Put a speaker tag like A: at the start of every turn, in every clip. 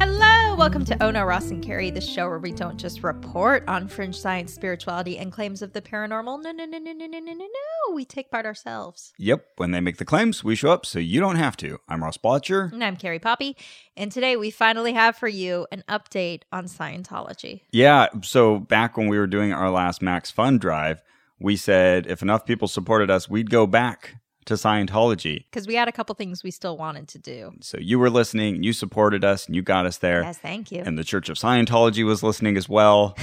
A: Hello, welcome to Ona Ross and Carrie, the show where we don't just report on fringe science, spirituality, and claims of the paranormal. No, no, no, no, no, no, no, no, no. We take part ourselves.
B: Yep, when they make the claims, we show up so you don't have to. I'm Ross Blotcher.
A: And I'm Carrie Poppy, and today we finally have for you an update on Scientology.
B: Yeah, so back when we were doing our last Max Fund drive, we said if enough people supported us, we'd go back to Scientology.
A: Because we had a couple things we still wanted to do.
B: So you were listening, you supported us, and you got us there.
A: Yes, thank you.
B: And the Church of Scientology was listening as well.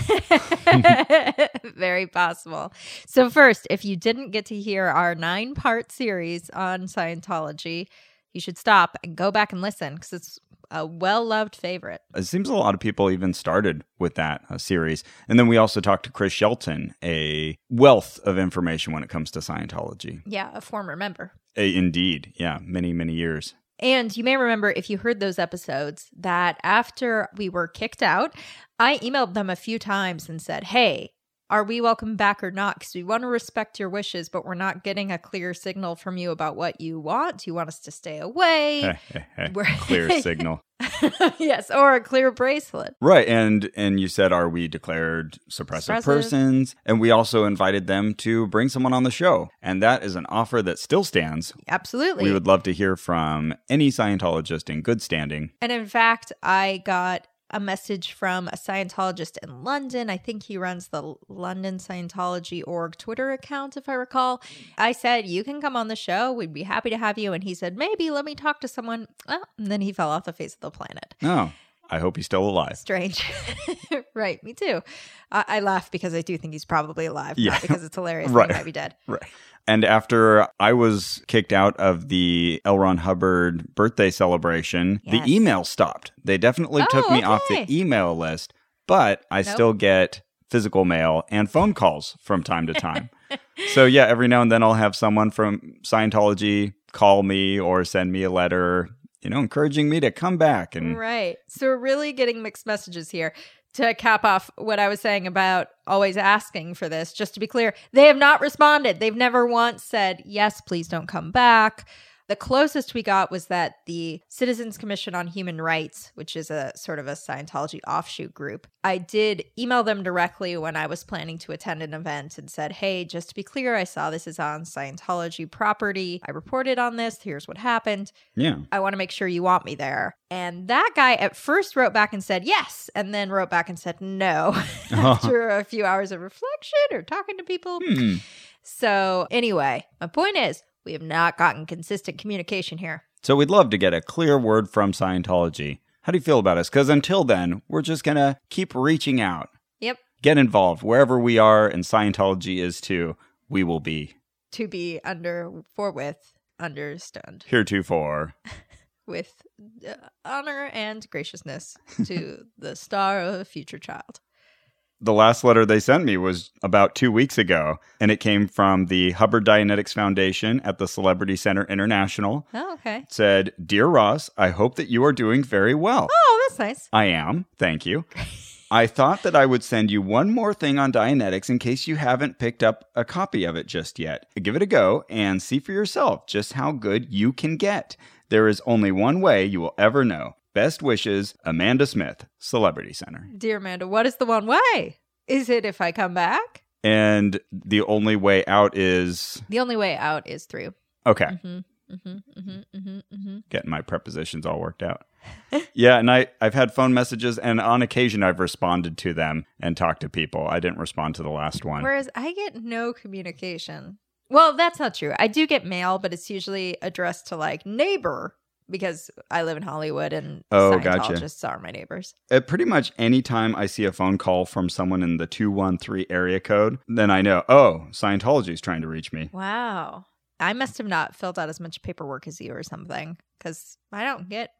A: Very possible. So, first, if you didn't get to hear our nine part series on Scientology, you should stop and go back and listen because it's a well loved favorite.
B: it seems a lot of people even started with that uh, series. And then we also talked to Chris Shelton, a wealth of information when it comes to Scientology.
A: Yeah, a former member.
B: Uh, Indeed, yeah, many, many years.
A: And you may remember if you heard those episodes that after we were kicked out, I emailed them a few times and said, Hey, are we welcome back or not? Because we want to respect your wishes, but we're not getting a clear signal from you about what you want. Do you want us to stay away? We're-
B: Clear signal.
A: yes, or a clear bracelet.
B: Right, and and you said, are we declared suppressive,
A: Suppressive.
B: persons? And we also invited them to bring someone on the show, and that is an offer that still stands.
A: Absolutely.
B: We would love to hear from any Scientologist in good standing.
A: And in fact, I got a message from a Scientologist in London. I think he runs the London Scientology org Twitter account, if I recall. I said, You can come on the show. We'd be happy to have you. And he said, Maybe let me talk to someone. Well, and then he fell off the face of the planet.
B: No, I hope he's still alive.
A: Strange. right. Me too. I-, I laugh because I do think he's probably alive,
B: Yeah.
A: not because it's hilarious.
B: Right.
A: He might be dead.
B: Right. And after I was kicked out of the L. Ron Hubbard birthday celebration,
A: Yes.
B: the email stopped. They definitely
A: Oh,
B: took me off the
A: okay.
B: email list, but I
A: Nope.
B: still get physical mail and phone calls from time to time. so, yeah, every now and then I'll have someone from Scientology call me or send me a letter, you know, encouraging me to come back. And
A: Right. So we're really getting mixed messages here. To cap off what I was saying about always asking for this, just to be clear, they have not responded. They've never once said, yes, please don't come back. The closest we got was that the Citizens Commission on Human Rights, which is a sort of a Scientology offshoot group, I did email them directly when I was planning to attend an event and said, Hey, just to be clear, I saw this is on Scientology property. I reported on this. Here's what happened.
B: yeah.
A: I want to make sure you want me there. And that guy at first wrote back and said yes, and then wrote back and said no after a few hours of reflection or talking to people.
B: Hmm.
A: So, anyway, my point is we have not gotten consistent communication here.
B: So we'd love to get a clear word from Scientology. How do you feel about us? Because until then, we're just going to keep reaching out.
A: Yep.
B: Get involved wherever we are, and Scientology is too. We will be
A: To be under, for with, understood,
B: heretofore.
A: with uh, honor and graciousness to the star of a future child.
B: The last letter they sent me was about two weeks ago, and it came from the Hubbard Dianetics Foundation at the Celebrity Center International.
A: Oh, okay.
B: It said, Dear Ross, I hope that you are doing very well.
A: Oh, that's nice.
B: I am. Thank you. I thought that I would send you one more thing on Dianetics in case you haven't picked up a copy of it just yet. Give it a go and see for yourself just how good you can get. There is only one way you will ever know. Best wishes, Amanda Smith, Celebrity Center.
A: Dear Amanda, what is the one way? Is it if I come back?
B: And the only way out is
A: The only way out is through.
B: okay,
A: Mhm, mhm, mhm, mhm, mhm.
B: getting my prepositions all worked out. yeah, and I, I've had phone messages, and on occasion I've responded to them and talked to people. I didn't respond to the last one.
A: Whereas I get no communication. Well, that's not true. I do get mail, but it's usually addressed to like neighbor because I live in Hollywood and
B: Oh, gotcha.
A: Scientologists are my neighbors.
B: At pretty much any time I see a phone call from someone in the 213 area code, then I know, oh, Scientology is trying to reach
A: Mm-hmm.
B: me.
A: Wow. I must have not filled out as much paperwork as you or something because I don't get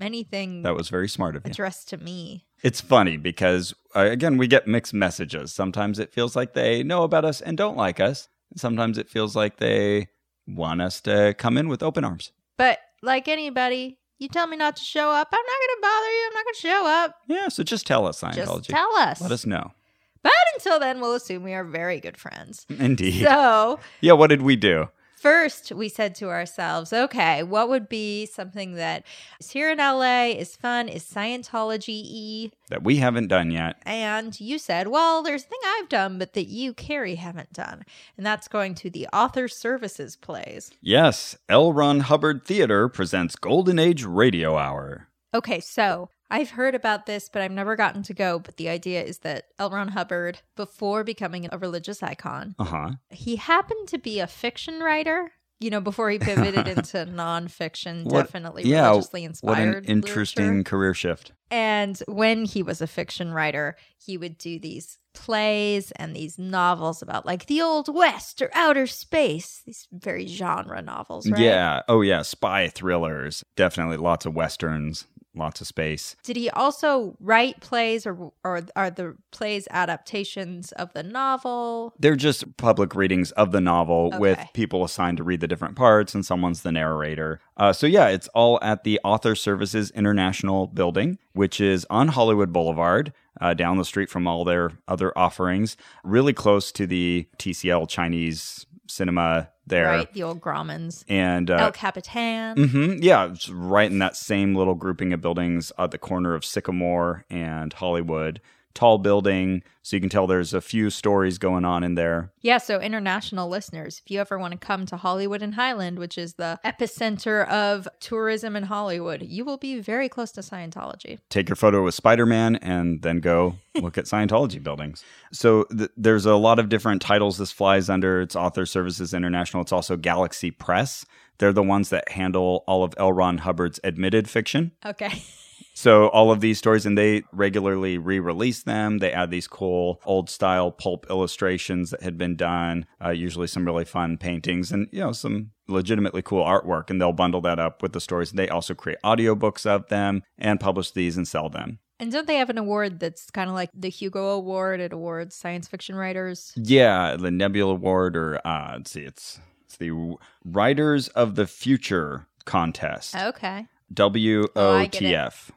A: anything
B: That was very smart of you.
A: addressed to me.
B: It's funny because, uh, again, we get mixed messages. Sometimes it feels like they know about us and don't like us. Sometimes it feels like they want us to come in with open arms.
A: But like anybody, you tell me not to show up. I'm not going to bother you. I'm not going to show up.
B: Yeah, so just tell us,
A: Just
B: Scientology.
A: tell us.
B: Let us know.
A: But until then, we'll assume we are very good friends.
B: Indeed.
A: So,
B: yeah, what did we do?
A: First, we said to ourselves, okay, what would be something that is here in LA, is fun, is Scientology y?
B: That we haven't done yet.
A: And you said, well, there's a thing I've done, but that you, Carrie, haven't done. And that's going to the author services plays.
B: Yes, L. Ron Hubbard Theater presents Golden Age Radio Hour.
A: Okay, so I've heard about this, but I've never gotten to go. But the idea is that L. Ron Hubbard, before becoming a religious icon,
B: Uh huh.
A: he happened to be a fiction writer. You know, before he pivoted into nonfiction,
B: What-
A: definitely
B: yeah,
A: religiously
B: What
A: inspired.
B: an interesting
A: literature.
B: career shift.
A: And when he was a fiction writer, he would do these plays and these novels about like the Old West or outer space, these very genre novels, right?
B: Yeah. Oh, yeah. Spy thrillers. Definitely lots of westerns, lots of space.
A: Did he also write plays or, or are the plays adaptations of the novel?
B: They're just public readings of the novel with
A: Okay.
B: people assigned to read the different parts, and someone's the narrator. Uh, so, yeah, it's all at the Author Services International building, which is on Hollywood Boulevard, uh, down the street from all their other offerings, really close to the TCL Chinese cinema there.
A: Right, the old Grommans,
B: And uh,
A: El Capitan.
B: hmm Yeah, it's right in that same little grouping of buildings at the corner of Sycamore and Hollywood. Tall building, so you can tell there's a few stories going on in there.
A: Yeah, so international listeners, if you ever want to come to Hollywood and Highland, which is the epicenter of tourism in Hollywood, you will be very close to Scientology.
B: Take your photo with Spider Man and then go look at Scientology buildings. So th- there's a lot of different titles this flies under. It's Author Services International, it's also Galaxy Press. They're the ones that handle all of L. Ron Hubbard's admitted fiction.
A: Okay.
B: So all of these stories, and they regularly re-release them. They add these cool old style pulp illustrations that had been done, uh, usually some really fun paintings and you know some legitimately cool artwork, and they'll bundle that up with the stories. They also create audiobooks of them and publish these and sell them.
A: And don't they have an award that's kind of like the Hugo Award? It awards science fiction writers.
B: Yeah, the Nebula Award, or uh, let's see, it's it's the Writers of the Future contest.
A: Okay.
B: W
A: Oh,
B: O
A: I get
B: T
A: it.
B: F.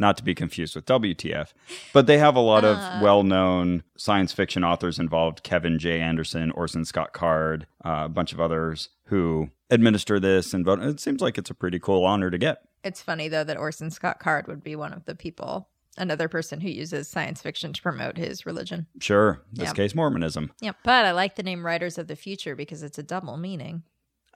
B: Not to be confused with WTF, but they have a lot
A: Ah.
B: of well known science fiction authors involved Kevin J. Anderson, Orson Scott Card, uh, a bunch of others who administer this and vote. It seems like it's a pretty cool honor to get.
A: It's funny, though, that Orson Scott Card would be one of the people, another person who uses science fiction to promote his religion.
B: Sure, in this
A: Yeah.
B: case, Mormonism.
A: Yeah. But I like the name Writers of the Future because it's a double meaning.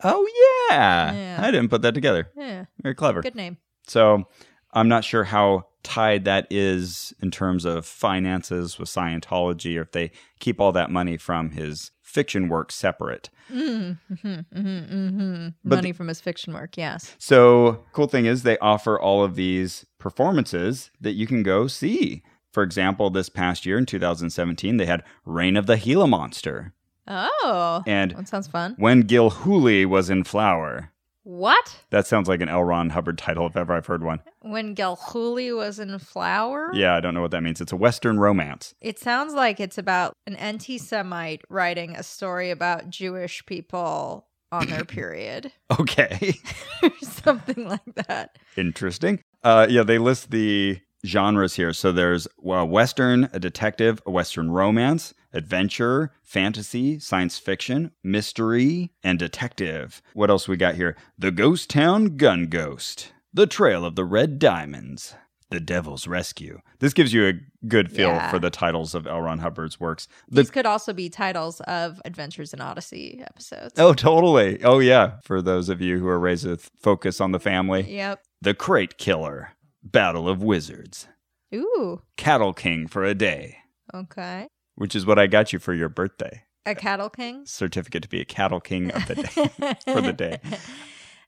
B: Oh, yeah.
A: Yeah.
B: I didn't put that together.
A: Yeah.
B: Very clever.
A: Good name.
B: So I'm not sure how tied that is in terms of finances with Scientology or if they keep all that money from his fiction work separate.
A: Mm, mhm, mhm, mhm.
B: But
A: Money from his fiction work, yes.
B: So, cool thing is they offer all of these performances that you can go see. For example, this past year in 2017, they had Reign of the Gila Monster
A: Oh,
B: and
A: that sounds fun.
B: When Gil Hooley Was in Flower.
A: What?
B: That sounds like an L. Ron Hubbard title if ever I've heard one.
A: When Galhuli was in flower?
B: Yeah, I don't know what that means. It's a Western romance.
A: It sounds like it's about an anti Semite writing a story about Jewish people on their period
B: Okay.
A: or something like that.
B: Interesting. Uh, yeah, they list the genres here. So there's a Western, a detective, a Western romance, adventure, fantasy, science fiction, mystery, and detective. What else we got here? The Ghost Town Gun Ghost, The Trail of the Red Diamonds, The Devil's Rescue. This gives you a good feel
A: Yeah.
B: for the titles of L. Ron Hubbard's works. The
A: These could also be titles of Adventures in Odyssey episodes.
B: Oh, totally. Oh, yeah. For those of you who are raised with focus on the family,
A: Yep.
B: The Crate Killer, Battle of Wizards,
A: Ooh,
B: cattle king for a day,
A: okay.
B: which is what I got you for your birthday
A: A cattle king?
B: certificate to be a cattle king of the day. for the day.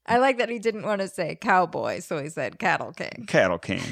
A: I like that he didn't want to say cowboy, so he said cattle king.
B: cattle king,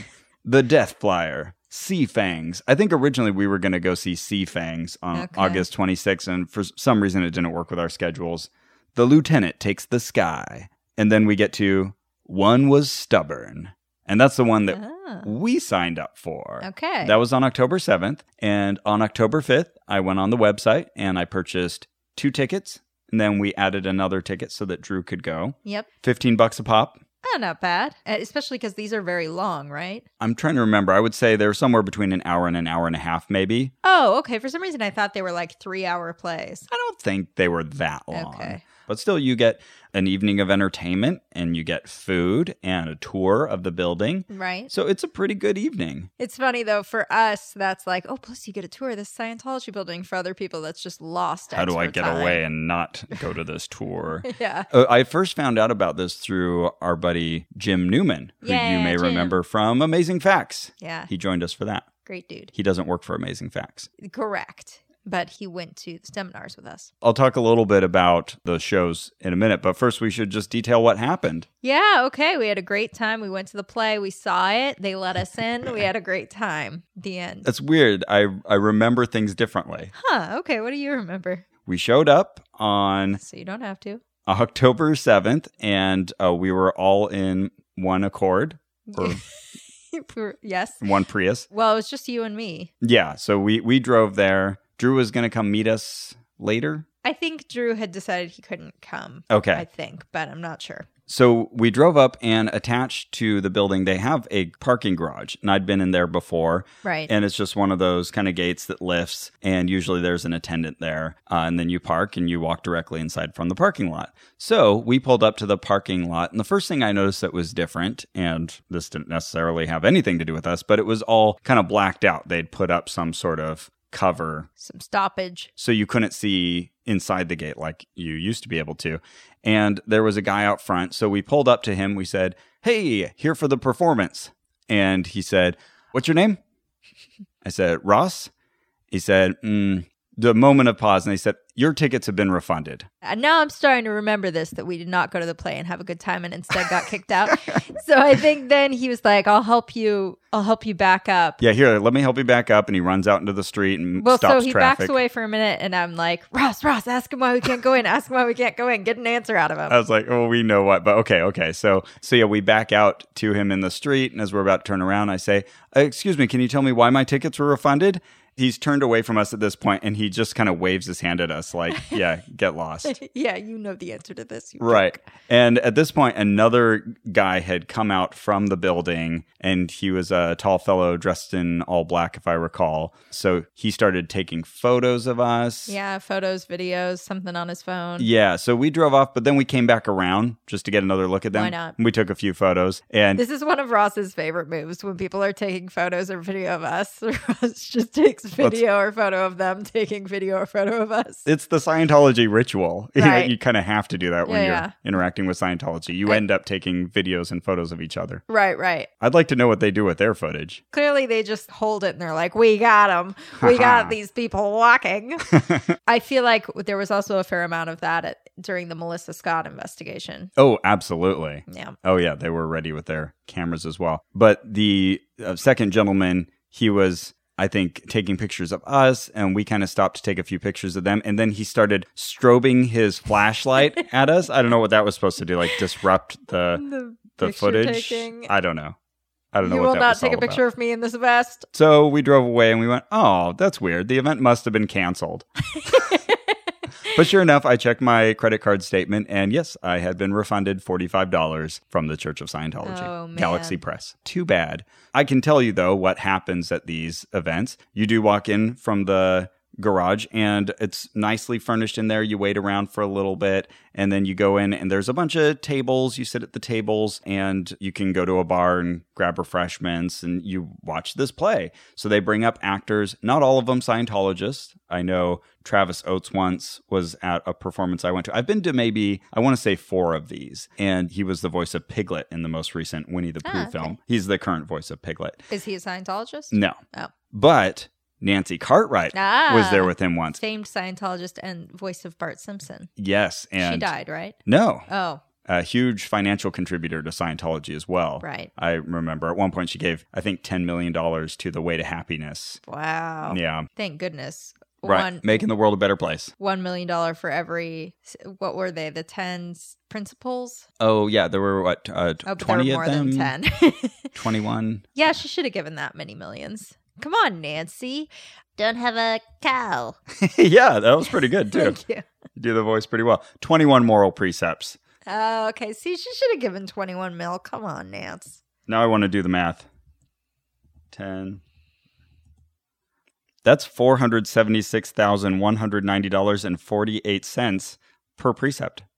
B: the death flyer, sea fangs. I think originally we were going to go see sea fangs on
A: Okay.
B: August 26th, and for some reason it didn't work with our schedules. The lieutenant takes the sky, and then we get to one was stubborn, and that's the one that
A: Ah,
B: we signed up for.
A: okay.
B: That was on October 7th. And on October 5th, I went on the website and I purchased two tickets. And then we added another ticket so that Drew could go.
A: yep.
B: 15 bucks a pop.
A: Yeah, not bad. Uh, Especially because these are very long, right?
B: I'm trying to remember. I would say they're somewhere between an hour and an hour and a half, maybe.
A: Oh, okay. For some reason, I thought they were like three hour plays.
B: I don't think they were that long.
A: Okay.
B: But still, you get an evening of entertainment and you get food and a tour of the building.
A: Right.
B: So it's a pretty good evening.
A: It's funny though, for us, that's like, oh, plus you get a tour of this Scientology building. For other people, that's just lost.
B: How do I
A: extra
B: get
A: time.
B: away and not go to this tour?
A: yeah.
B: Uh, I first found out about this through our buddy Jim Newman, who
A: Yeah,
B: you may
A: Jim.
B: remember from Amazing Facts.
A: Yeah.
B: He joined us for that.
A: Great dude.
B: He doesn't work for Amazing Facts.
A: Correct. But he went to the seminars with us.
B: I'll talk a little bit about the shows in a minute, but first we should just detail what happened.
A: Yeah, okay. We had a great time. We went to the play. We saw it. They let us in. We had a great time. The end.
B: That's weird. I, I remember things differently.
A: Huh. Okay. What do you remember?
B: We showed up on
A: So you don't have to.
B: October 7th and uh, we were all in one Accord or
A: For- yes.
B: one Prius.
A: Well, it was just you and me.
B: Yeah. So we, we drove there. Drew was going to come meet us later.
A: I think Drew had decided he couldn't come.
B: Okay.
A: I think, but I'm not sure.
B: So we drove up and attached to the building, they have a parking garage. And I'd been in there before.
A: Right.
B: And it's just one of those kind of gates that lifts. And usually there's an attendant there. Uh, and then you park and you walk directly inside from the parking lot. So we pulled up to the parking lot. And the first thing I noticed that was different, and this didn't necessarily have anything to do with us, but it was all kind of blacked out. They'd put up some sort of cover
A: Some stoppage.
B: so you couldn't see inside the gate like you used to be able to. And there was a guy out front. So we pulled up to him. We said, Hey, here for the performance. And he said, What's your name? I said, Ross. He said, mm, The moment of pause. And he said, Your tickets have been refunded.
A: And now I'm starting to remember this that we did not go to the play and have a good time and instead got kicked out. So I think then he was like, I'll help you. I'll help you back up.
B: Yeah, here, let me help you back up. And he runs out into the street and
A: Well,
B: stops
A: so he
B: traffic.
A: backs away for a minute, and I'm like, Ross, Ross, ask him why we can't go in. Ask him why we can't go in. Get an answer out of him.
B: I was like, oh, we know what, but okay, okay. So, so yeah, we back out to him in the street, and as we're about to turn around, I say, "Uh, "Excuse me, can you tell me why my tickets were refunded?" He's turned away from us at this point, and he just kind of waves his hand at us, like, "Yeah, get lost."
A: yeah, you know the answer to this. you
B: Oh. Right. And at this point, another guy had come out from the building, and he was a tall fellow dressed in all black, if I recall. So he started taking photos of us.
A: jerk. Yeah, photos, videos, something on his phone.
B: Yeah, so we drove off, but then we came back around just to get another look at them.
A: Why not?
B: We took a few photos, and
A: This is one of Ross's favorite moves when people are taking photos or video of us. Ross just takes video or photo of them taking video or photo of us.
B: it's the Scientology ritual. You know,
A: Right.
B: You, kind of have to do that when
A: Yeah,
B: you're
A: yeah.
B: interacting with Scientology. You end up taking videos and photos of each other.
A: Right, right.
B: I'd like to know what they do with their footage.
A: Clearly, they just hold it and they're like, we got them. We got these people walking. I feel like there was also a fair amount of that at, during the Melissa Scott investigation.
B: Oh, absolutely.
A: Yeah.
B: Oh, yeah, they were ready with their cameras as well. But the uh, second gentleman, he was, I think, taking pictures of us, and we kind of stopped to take a few pictures of them. And then he started strobing his flashlight at us. I don't know what that was supposed to do, like disrupt the,
A: The,
B: the
A: Picture
B: footage.
A: taking.
B: I don't know. I don't know
A: you
B: what
A: will
B: that
A: not
B: was
A: take
B: all
A: a
B: about.
A: picture of me in this vest.
B: So we drove away and we went, oh, that's weird. The event must have been canceled. but sure enough, I checked my credit card statement and yes, I had been refunded $45 from the Church of Scientology,
A: Oh, man.
B: Galaxy Press. Too bad. I can tell you though what happens at these events. You do walk in from the garage and it's nicely furnished in there. You wait around for a little bit and then you go in and there's a bunch of tables. You sit at the tables and you can go to a bar and grab refreshments and you watch this play. So they bring up actors, not all of them Scientologists. I know Travis Oates once was at a performance I went to. I've been to maybe, I want to say four of these. And he was the voice of Piglet in the most recent Winnie the Pooh
A: Ah, okay.
B: film. He's the current voice of Piglet.
A: Is he a Scientologist?
B: No.
A: Oh.
B: But Nancy Cartwright
A: Ah,
B: was there with him once.
A: famed Scientologist and voice of Bart Simpson.
B: Yes. And
A: she died, right?
B: No,
A: Oh,
B: a huge financial contributor to Scientology as well.
A: right.
B: I remember at one point she gave, I think, $10 million to the Way to Happiness.
A: Wow.
B: Yeah.
A: Thank goodness.
B: Right.
A: Oh. One
B: Making the world a better place.
A: one million dollar for every what were they? The ten s- principles?
B: Oh, yeah. There were, what, uh,
A: Oh, but there were
B: 20
A: more
B: of them?
A: than ten.
B: 21.
A: yeah, she should have given that many millions. Come on, Nancy. Don't have a cow.
B: yeah, that was pretty good, too.
A: Thank you.
B: You do the voice pretty well. 21 moral precepts
A: Oh, okay. See, she should have given 21 mil. Come on, Nance.
B: Now I want to do the math. 10. That's $476,190.48 per precept.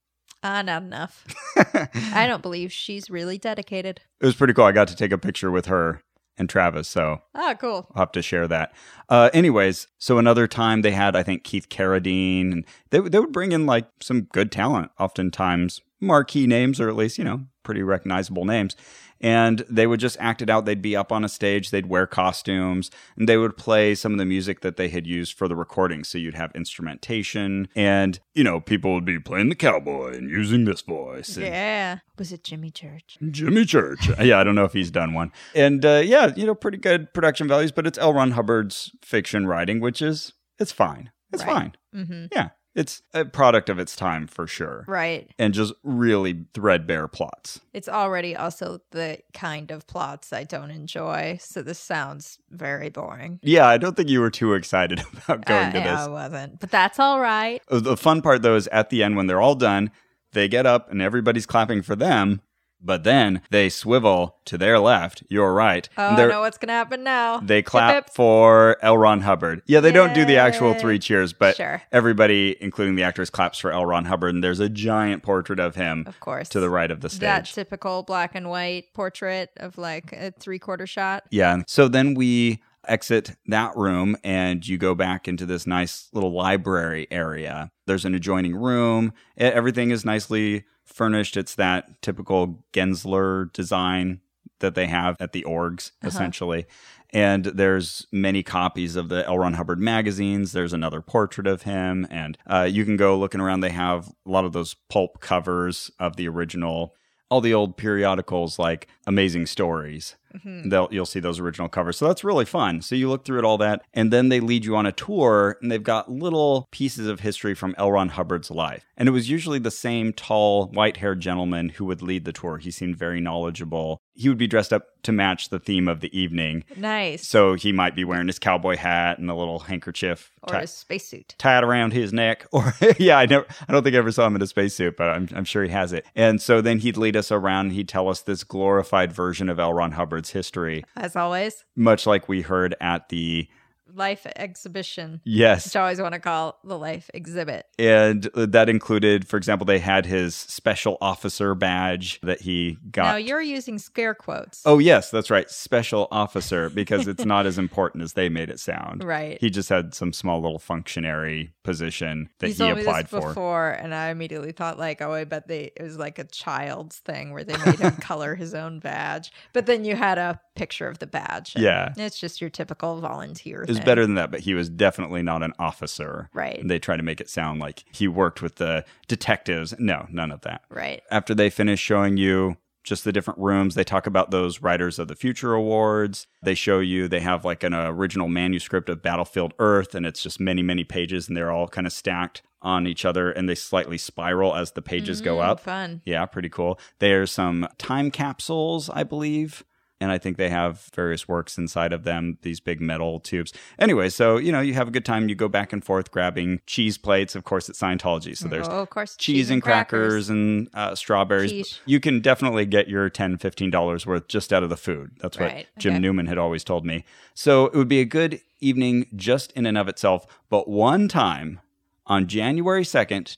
A: Ah, not enough.
B: it
A: I don't believe she's really dedicated.
B: was pretty cool. I got to take a picture with her and Travis, so
A: Ah, cool.
B: I'll have to share that. Uh, anyways, so another time they had, I think, Keith Carradine, and they, they would bring in like some good talent, oftentimes marquee names, or at least, you know, pretty recognizable names. And they would just act it out. They'd be up on a stage, they'd wear costumes, and they would play some of the music that they had used for the recording. So you'd have instrumentation, and, you know, people would be playing the cowboy and using this voice. and-
A: Yeah. Was it Jimmy Church?
B: Jimmy Church. Yeah, I don't know if he's done one. And uh, yeah, you know, pretty good production values, but it's L. Ron Hubbard's fiction writing, which is it's fine. It's
A: Right.
B: fine.
A: Mm-hmm.
B: Yeah, it's a product of its time for sure,
A: Right.
B: and just really threadbare plots.
A: It's already also the kind of plots I don't enjoy. So this sounds very boring.
B: Yeah, I don't think you were too excited about going
A: Uh,
B: to
A: yeah, I
B: this.
A: wasn't. But that's all right.
B: Uh, The fun part though is at the end when they're all done, they get up and everybody's clapping for them. But then they swivel to their left, your right.
A: Oh,
B: and they're-
A: I know what's going to happen now.
B: They clap
A: hip.
B: for L. Ron Hubbard. Yeah, they don't do the actual
A: Yay.
B: three cheers, but
A: sure.
B: everybody, including the actors, claps for L. Ron Hubbard. And there's a giant portrait of him
A: Of course.
B: to the right of the stage.
A: That typical black and white portrait of like a three quarter shot.
B: yeah. and So then we exit that room and you go back into this nice little library area. There's an adjoining room. E- Everything is nicely furnished. It's that typical Gensler design that they have at the orgs,
A: Uh-huh.
B: essentially. And there's many copies of the L. Ron Hubbard magazines. There's another portrait of him. And uh, you can go looking around. They have a lot of those pulp covers of the original, all the old periodicals like Amazing Stories
A: Mhm.
B: they'll you'll see those original covers. So that's really fun. So you look through it all that, and then they lead you on a tour, and they've got little pieces of history from L. Ron Hubbard's life. And it was usually the same tall, white-haired gentleman who would lead the tour. He seemed very knowledgeable. He would be dressed up to match the theme of the evening.
A: Nice.
B: So he might be wearing his cowboy hat and a little handkerchief
A: or
B: ti-
A: a spacesuit.
B: tied around his neck or yeah i never i don't think i ever saw him in a spacesuit but I'm, I'm sure he has it and so then he'd lead us around he'd tell us this glorified version of l ron hubbard's history
A: As always,
B: much like we heard at the
A: life exhibition. Which
B: yes
A: I always want to call the life exhibit.
B: and that included for example they had his special officer badge that he got
A: Now you're using scare quotes.
B: oh yes that's right special officer because it's not as important as they made it sound
A: right.
B: he just had some small little functionary position that
A: You
B: he
A: told me this
B: applied for
A: before, and I immediately thought like, oh, I bet they it was like a child's thing where they made him color his own badge. But then you had a picture of the badge. and
B: Yeah.
A: it's just your typical volunteer.
B: it was
A: thing.
B: better than that but he was definitely not an officer
A: Right.
B: they try to make it sound like he worked with the detectives no none of that
A: Right.
B: after they finish showing you just the different rooms, they talk about those Writers of the Future awards. They show you, they have like an original manuscript of Battlefield Earth, and it's just many, many pages, and they're all kind of stacked on each other, and they slightly spiral as the pages go
A: Mm,
B: up.
A: Fun.
B: Yeah, pretty cool. There's some time capsules, I believe. And I think they have various works inside of them, these big metal tubes. Anyway, so, you know, you have a good time. You go back and forth grabbing cheese plates. Of course, it's Scientology. So there's
A: oh, of course,
B: cheese and crackers, and uh, strawberries.
A: Quiche.
B: You can definitely get your $10, $15 worth just out of the food. That's what
A: Right,
B: Jim
A: okay.
B: Newman had always told me. So it would be a good evening just in and of itself. But one time on January 2nd,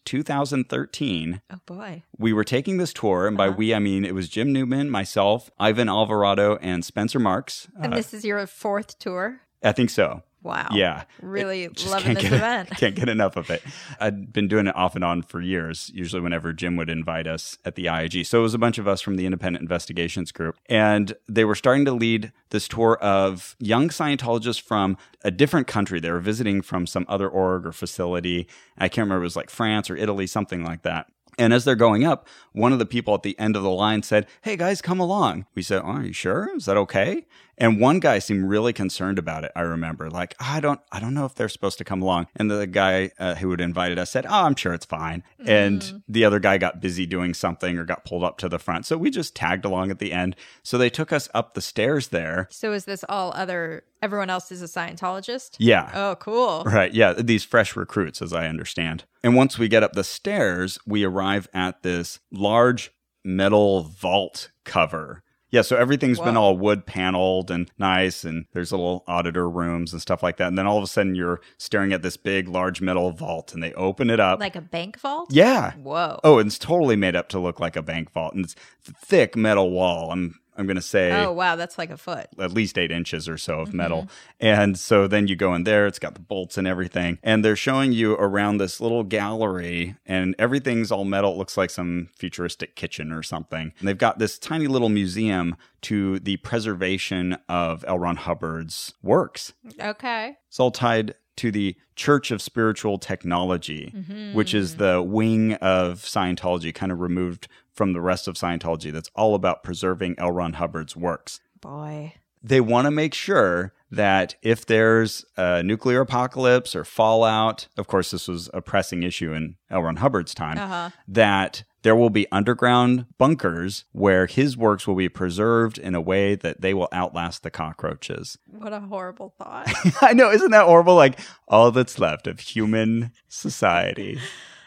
B: 2013,
A: Oh boy.
B: we were taking this tour. And by
A: Uh-huh.
B: we, I mean it was Jim Newman, myself, Ivan Alvarado, and Spencer Marks.
A: And
B: Uh,
A: this Oh. is your fourth tour.
B: I think so.
A: Wow.
B: Yeah.
A: Really
B: Just
A: loving
B: can't
A: this
B: get,
A: event.
B: Can't get enough of it. I'd been doing it off and on for years, usually whenever Jim would invite us at the IIG. So it was a bunch of us from the Independent Investigations Group. And they were starting to lead this tour of young Scientologists from a different country. They were visiting from some other org or facility. I can't remember, it was like France or Italy, something like that. And as they're going up, one of the people at the end of the line said, Hey guys, come along. We said, oh, Are you sure? Is that okay? And one guy seemed really concerned about it. I remember, like, I don't, I don't know if they're supposed to come along. And the guy uh, who had invited us said, "Oh, I'm sure it's fine." And the other guy got busy doing something or got pulled up to the front, so we just tagged along at the end. So they took us up the stairs there.
A: So is this all other? Everyone else is a Scientologist.
B: Yeah.
A: Oh, cool.
B: Right. Yeah. These fresh recruits, as I understand. And once we get up the stairs, we arrive at this large metal vault cover. Yeah. So everything's been
A: Wow.
B: all wood paneled and nice. And there's little auditor rooms and stuff like that. And then all of a sudden you're staring at this big, large metal vault and they open it up.
A: Like a bank vault.
B: yeah.
A: Whoa.
B: Oh, and it's totally made up to look like a bank vault. And it's a thick metal wall. I'm, I'm going to say
A: Oh, wow, that's like a foot.
B: at least eight inches or so of metal. And so then you go in there, it's got the bolts and everything. And they're showing you around this little gallery, and everything's all metal. It looks like some futuristic kitchen or something. And they've got this tiny little museum to the preservation of L. Ron Hubbard's works.
A: Okay.
B: It's all tied to the Church of Spiritual Technology, which is the wing of Scientology, kind of removed from the rest of Scientology, that's all about preserving L. Ron Hubbard's works
A: Boy.
B: they want to make sure that if there's a nuclear apocalypse or fallout, of course, this was a pressing issue in L. Ron Hubbard's time,
A: Uh-huh.
B: that there will be underground bunkers where his works will be preserved in a way that they will outlast the cockroaches.
A: What a horrible thought.
B: I know, isn't that horrible? Like all that's left of human society,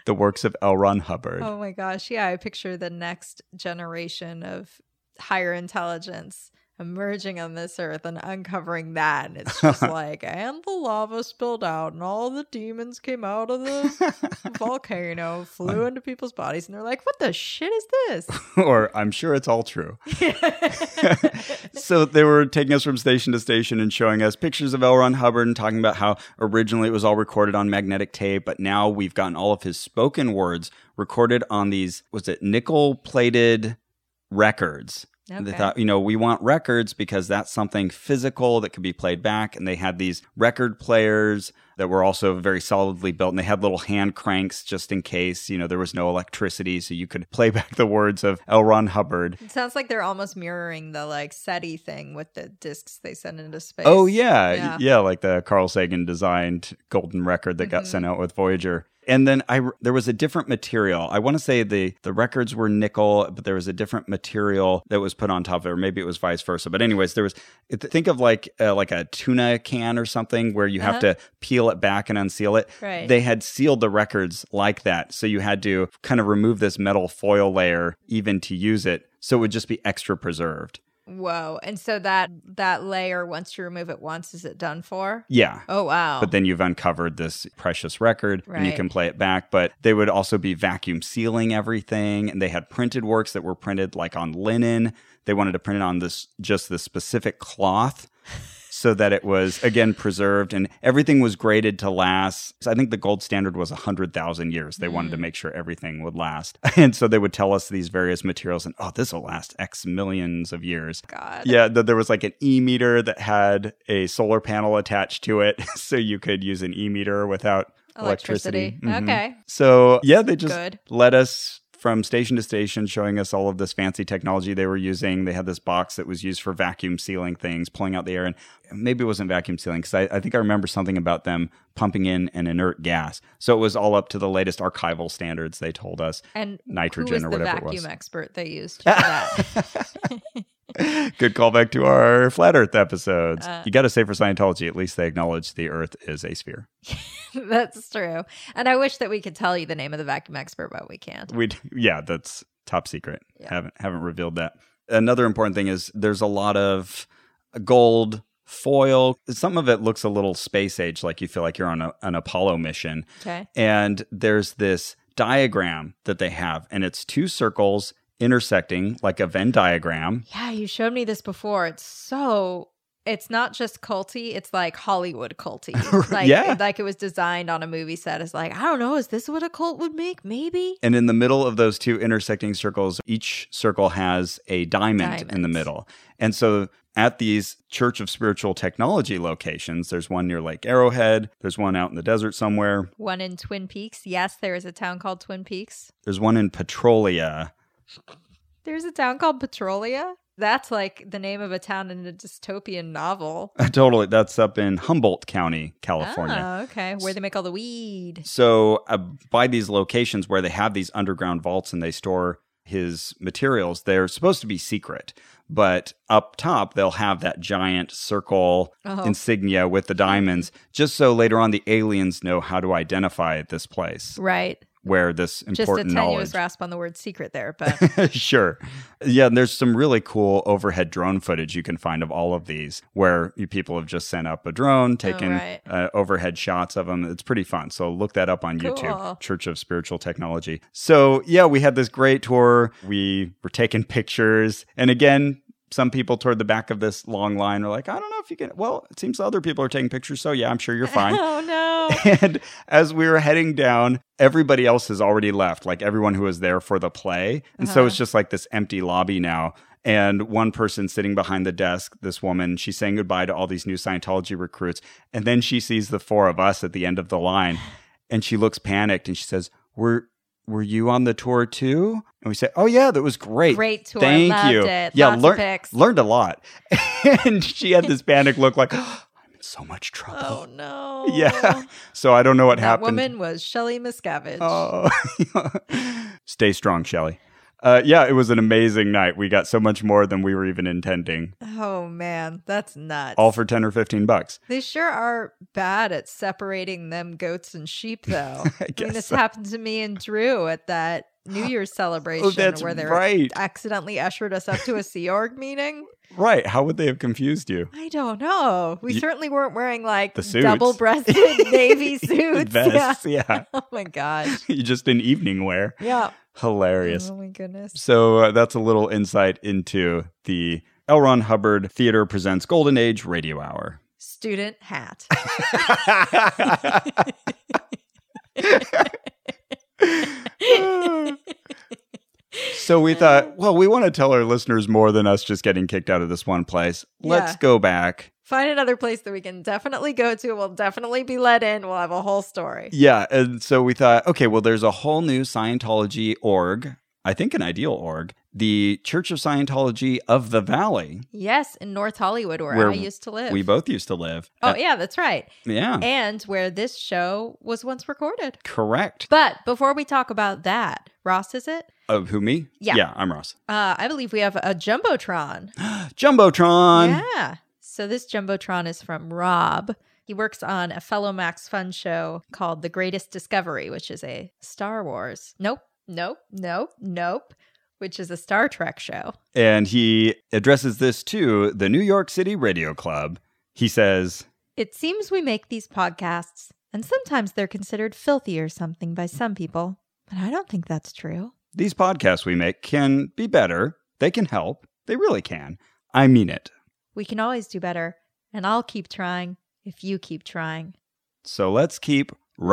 B: the works of L. Ron Hubbard.
A: oh my gosh. Yeah, I picture the next generation of higher intelligence emerging on this earth and uncovering that. And it's just like, and the lava spilled out, and all the demons came out of the volcano, flew into people's bodies, and they're like, what the shit is
B: or I'm sure it's all true.
A: this?
B: so they were taking us from station to station and showing us pictures of L. Ron Hubbard and talking about how originally it was all recorded on magnetic tape, but now we've gotten all of his spoken words recorded on these, was it nickel plated records? And They
A: Okay.
B: thought, you know, we want records because that's something physical that could be played back. And they had these record players that were also very solidly built. And they had little hand cranks just in case, you know, there was no electricity. So you could play back the words of L. Ron Hubbard.
A: It sounds like they're almost mirroring the like SETI thing with the discs they send into space.
B: Oh yeah. Y- yeah,
A: Yeah.
B: like the Carl Sagan designed golden record that got
A: Mhm.
B: sent out with Voyager. And then I r- there was a different material. I want to say the the records were nickel, but there was a different material that was put on top of it, or maybe it was vice versa. But anyways, there was it- think of like uh, like a tuna can or something where you have
A: Uh-huh.
B: to peel it back and unseal it.
A: Right.
B: They had sealed the records like that, so you had to kind of remove this metal foil layer even to use it, so it would just be extra preserved.
A: Whoa. And so that that layer, once you remove it once, is it done for?
B: Yeah.
A: Oh wow.
B: but then you've uncovered this precious record and you
A: Right.
B: can play it back. But they would also be vacuum sealing everything, and they had printed works that were printed like on linen. They wanted to print it on this just this specific cloth. So that it was again preserved and everything was graded to last. So I think the gold standard was 100,000 years. They wanted to
A: Mm.
B: make sure everything would last. And so they would tell us these various materials and, oh, this will last X millions of years
A: God.
B: yeah, that there was like an e meter that had a solar panel attached to it, so you could use an e meter without electricity.
A: Electricity.
B: Mhm.
A: Okay.
B: So yeah, they just
A: Good.
B: led us from station to station, showing us all of this fancy technology they were using. They had this box that was used for vacuum sealing things, pulling out the air, and maybe it wasn't vacuum sealing because I, I think I remember something about them pumping in an inert gas. So it was all up to the latest archival standards. They told us.
A: And
B: Nitrogen
A: who was
B: or
A: the
B: whatever it
A: vacuum
B: was.
A: expert they used for that?
B: Good callback to our flat Earth episodes.
A: Uh.
B: you got to say for Scientology, at least they acknowledge the Earth is a sphere.
A: That's true. And I wish that we could tell you the name of the vacuum expert, but we can't.
B: We yeah, that's top secret.
A: Yeah.
B: Haven't haven't revealed that. Another important thing is there's a lot of gold foil. Some of it looks a little space age, like you feel like you're on a, an Apollo mission.
A: Okay.
B: And there's this diagram that they have, and it's two circles intersecting like a Venn diagram.
A: Yeah, you showed me this before. It's so it's not just culty, it's like Hollywood culty. Like
B: Yeah.
A: like it was designed on a movie set. It's like, I don't know, is this what a cult would make? Maybe.
B: And in the middle of those two intersecting circles, each circle has a diamond in the
A: Diamonds.
B: middle. And so at these Church of Spiritual Technology locations, there's one near Lake Arrowhead, there's one out in the desert somewhere,
A: One in Twin Peaks. Yes, there is a town called Twin Peaks.
B: there's one in Petrolia.
A: There's a town called Petrolia. that's like the name of a town in a dystopian novel.
B: totally. That's up in Humboldt County, California.
A: Oh, okay. Where they make all the weed.
B: So, uh, by these locations where they have these underground vaults and they store his materials, they're supposed to be secret. But up top, they'll have that giant circle
A: Oh.
B: insignia with the diamonds, just so later on the aliens know how to identify this place
A: Right.
B: where this
A: Just a
B: important
A: tenuous
B: knowledge.
A: rasp on the word secret there, but
B: sure. Yeah, and there's some really cool overhead drone footage you can find of all of these where you people have just sent up a drone, taken
A: Oh, right.
B: uh, overhead shots of them. It's pretty fun. So look that up on
A: Cool.
B: YouTube, Church of Spiritual Technology. So, yeah, we had this great tour. We were taking pictures. And again, some people toward the back of this long line are like, I don't know if you can. Well, it seems other people are taking pictures. So, yeah, I'm sure you're fine.
A: oh no.
B: And as we were heading down, everybody else has already left, like everyone who was there for the play. And so
A: Uh-huh.
B: it's just like this empty lobby now. And one person sitting behind the desk, this woman, she's saying goodbye to all these new Scientology recruits. And then she sees the four of us at the end of the line and she looks panicked and she says, Were were you on the tour too? And we say, Oh yeah, that was great.
A: Great tour.
B: Thank
A: Loved
B: you.
A: It.
B: Yeah,
A: Lots
B: learn-
A: of pics.
B: Learned a lot. and she had this panic look like, "Oh, I'm in so much trouble.
A: Oh no.
B: Yeah. So I don't know what
A: That
B: happened.
A: woman was Shelley Miscavige.
B: Oh.
A: Oh.
B: Stay strong, Shelly. Uh, yeah, it was an amazing night. We got so much more than we were even intending,
A: Oh, man, that's nuts.
B: all for 10 or 15 bucks.
A: they sure are bad at separating them goats and sheep, though. I,
B: I
A: mean,
B: guess.
A: this happened to me and Drew at that New Year's celebration
B: Oh, that's
A: where they
B: right.
A: accidentally ushered us up to a Sea Org meeting.
B: Right. How would they have confused you?
A: I don't know. We
B: Ye-
A: certainly weren't wearing like
B: The suits.
A: double breasted navy suits. Yeah.
B: Vests, yeah.
A: Oh, my gosh.
B: you Just in evening wear.
A: Yeah.
B: Hilarious.
A: Oh, my goodness.
B: So uh, that's a little insight into the L. Ron Hubbard Theater Presents Golden Age Radio Hour.
A: Student hat.
B: So we thought, well, we want to tell our listeners more than us just getting kicked out of this one place. Let's
A: Yeah.
B: go back.
A: Find another place that we can definitely go to. We'll definitely be let in. We'll have a whole story.
B: Yeah. And so we thought, okay, well, there's a whole new Scientology org, I think an ideal org, the Church of Scientology of the Valley,
A: Yes, in North Hollywood, where,
B: Where
A: I used to live.
B: we both Mm. used to live.
A: oh,
B: Uh,
A: yeah, that's right.
B: yeah.
A: And where this show was once recorded.
B: Correct.
A: But before we talk about that, Ross, is it?
B: Of who, me?
A: Yeah.
B: Yeah, I'm Ross.
A: Uh, I believe we have a Jumbotron.
B: Jumbotron.
A: Yeah. So this Jumbotron is from Rob. He works on a fellow Max Fun show called The Greatest Discovery, which is a Star Wars. Nope, nope, nope, nope, which is a Star Trek show.
B: And he addresses this to the New York City Radio Club. He says,
A: It seems we make these podcasts, and sometimes they're considered filthy or something by some people, but I don't think that's true.
B: These podcasts we make can be better. They can help. They really can. I mean it.
A: We can always do better, and I'll keep trying if you keep trying.
B: So let's keep
A: Rocking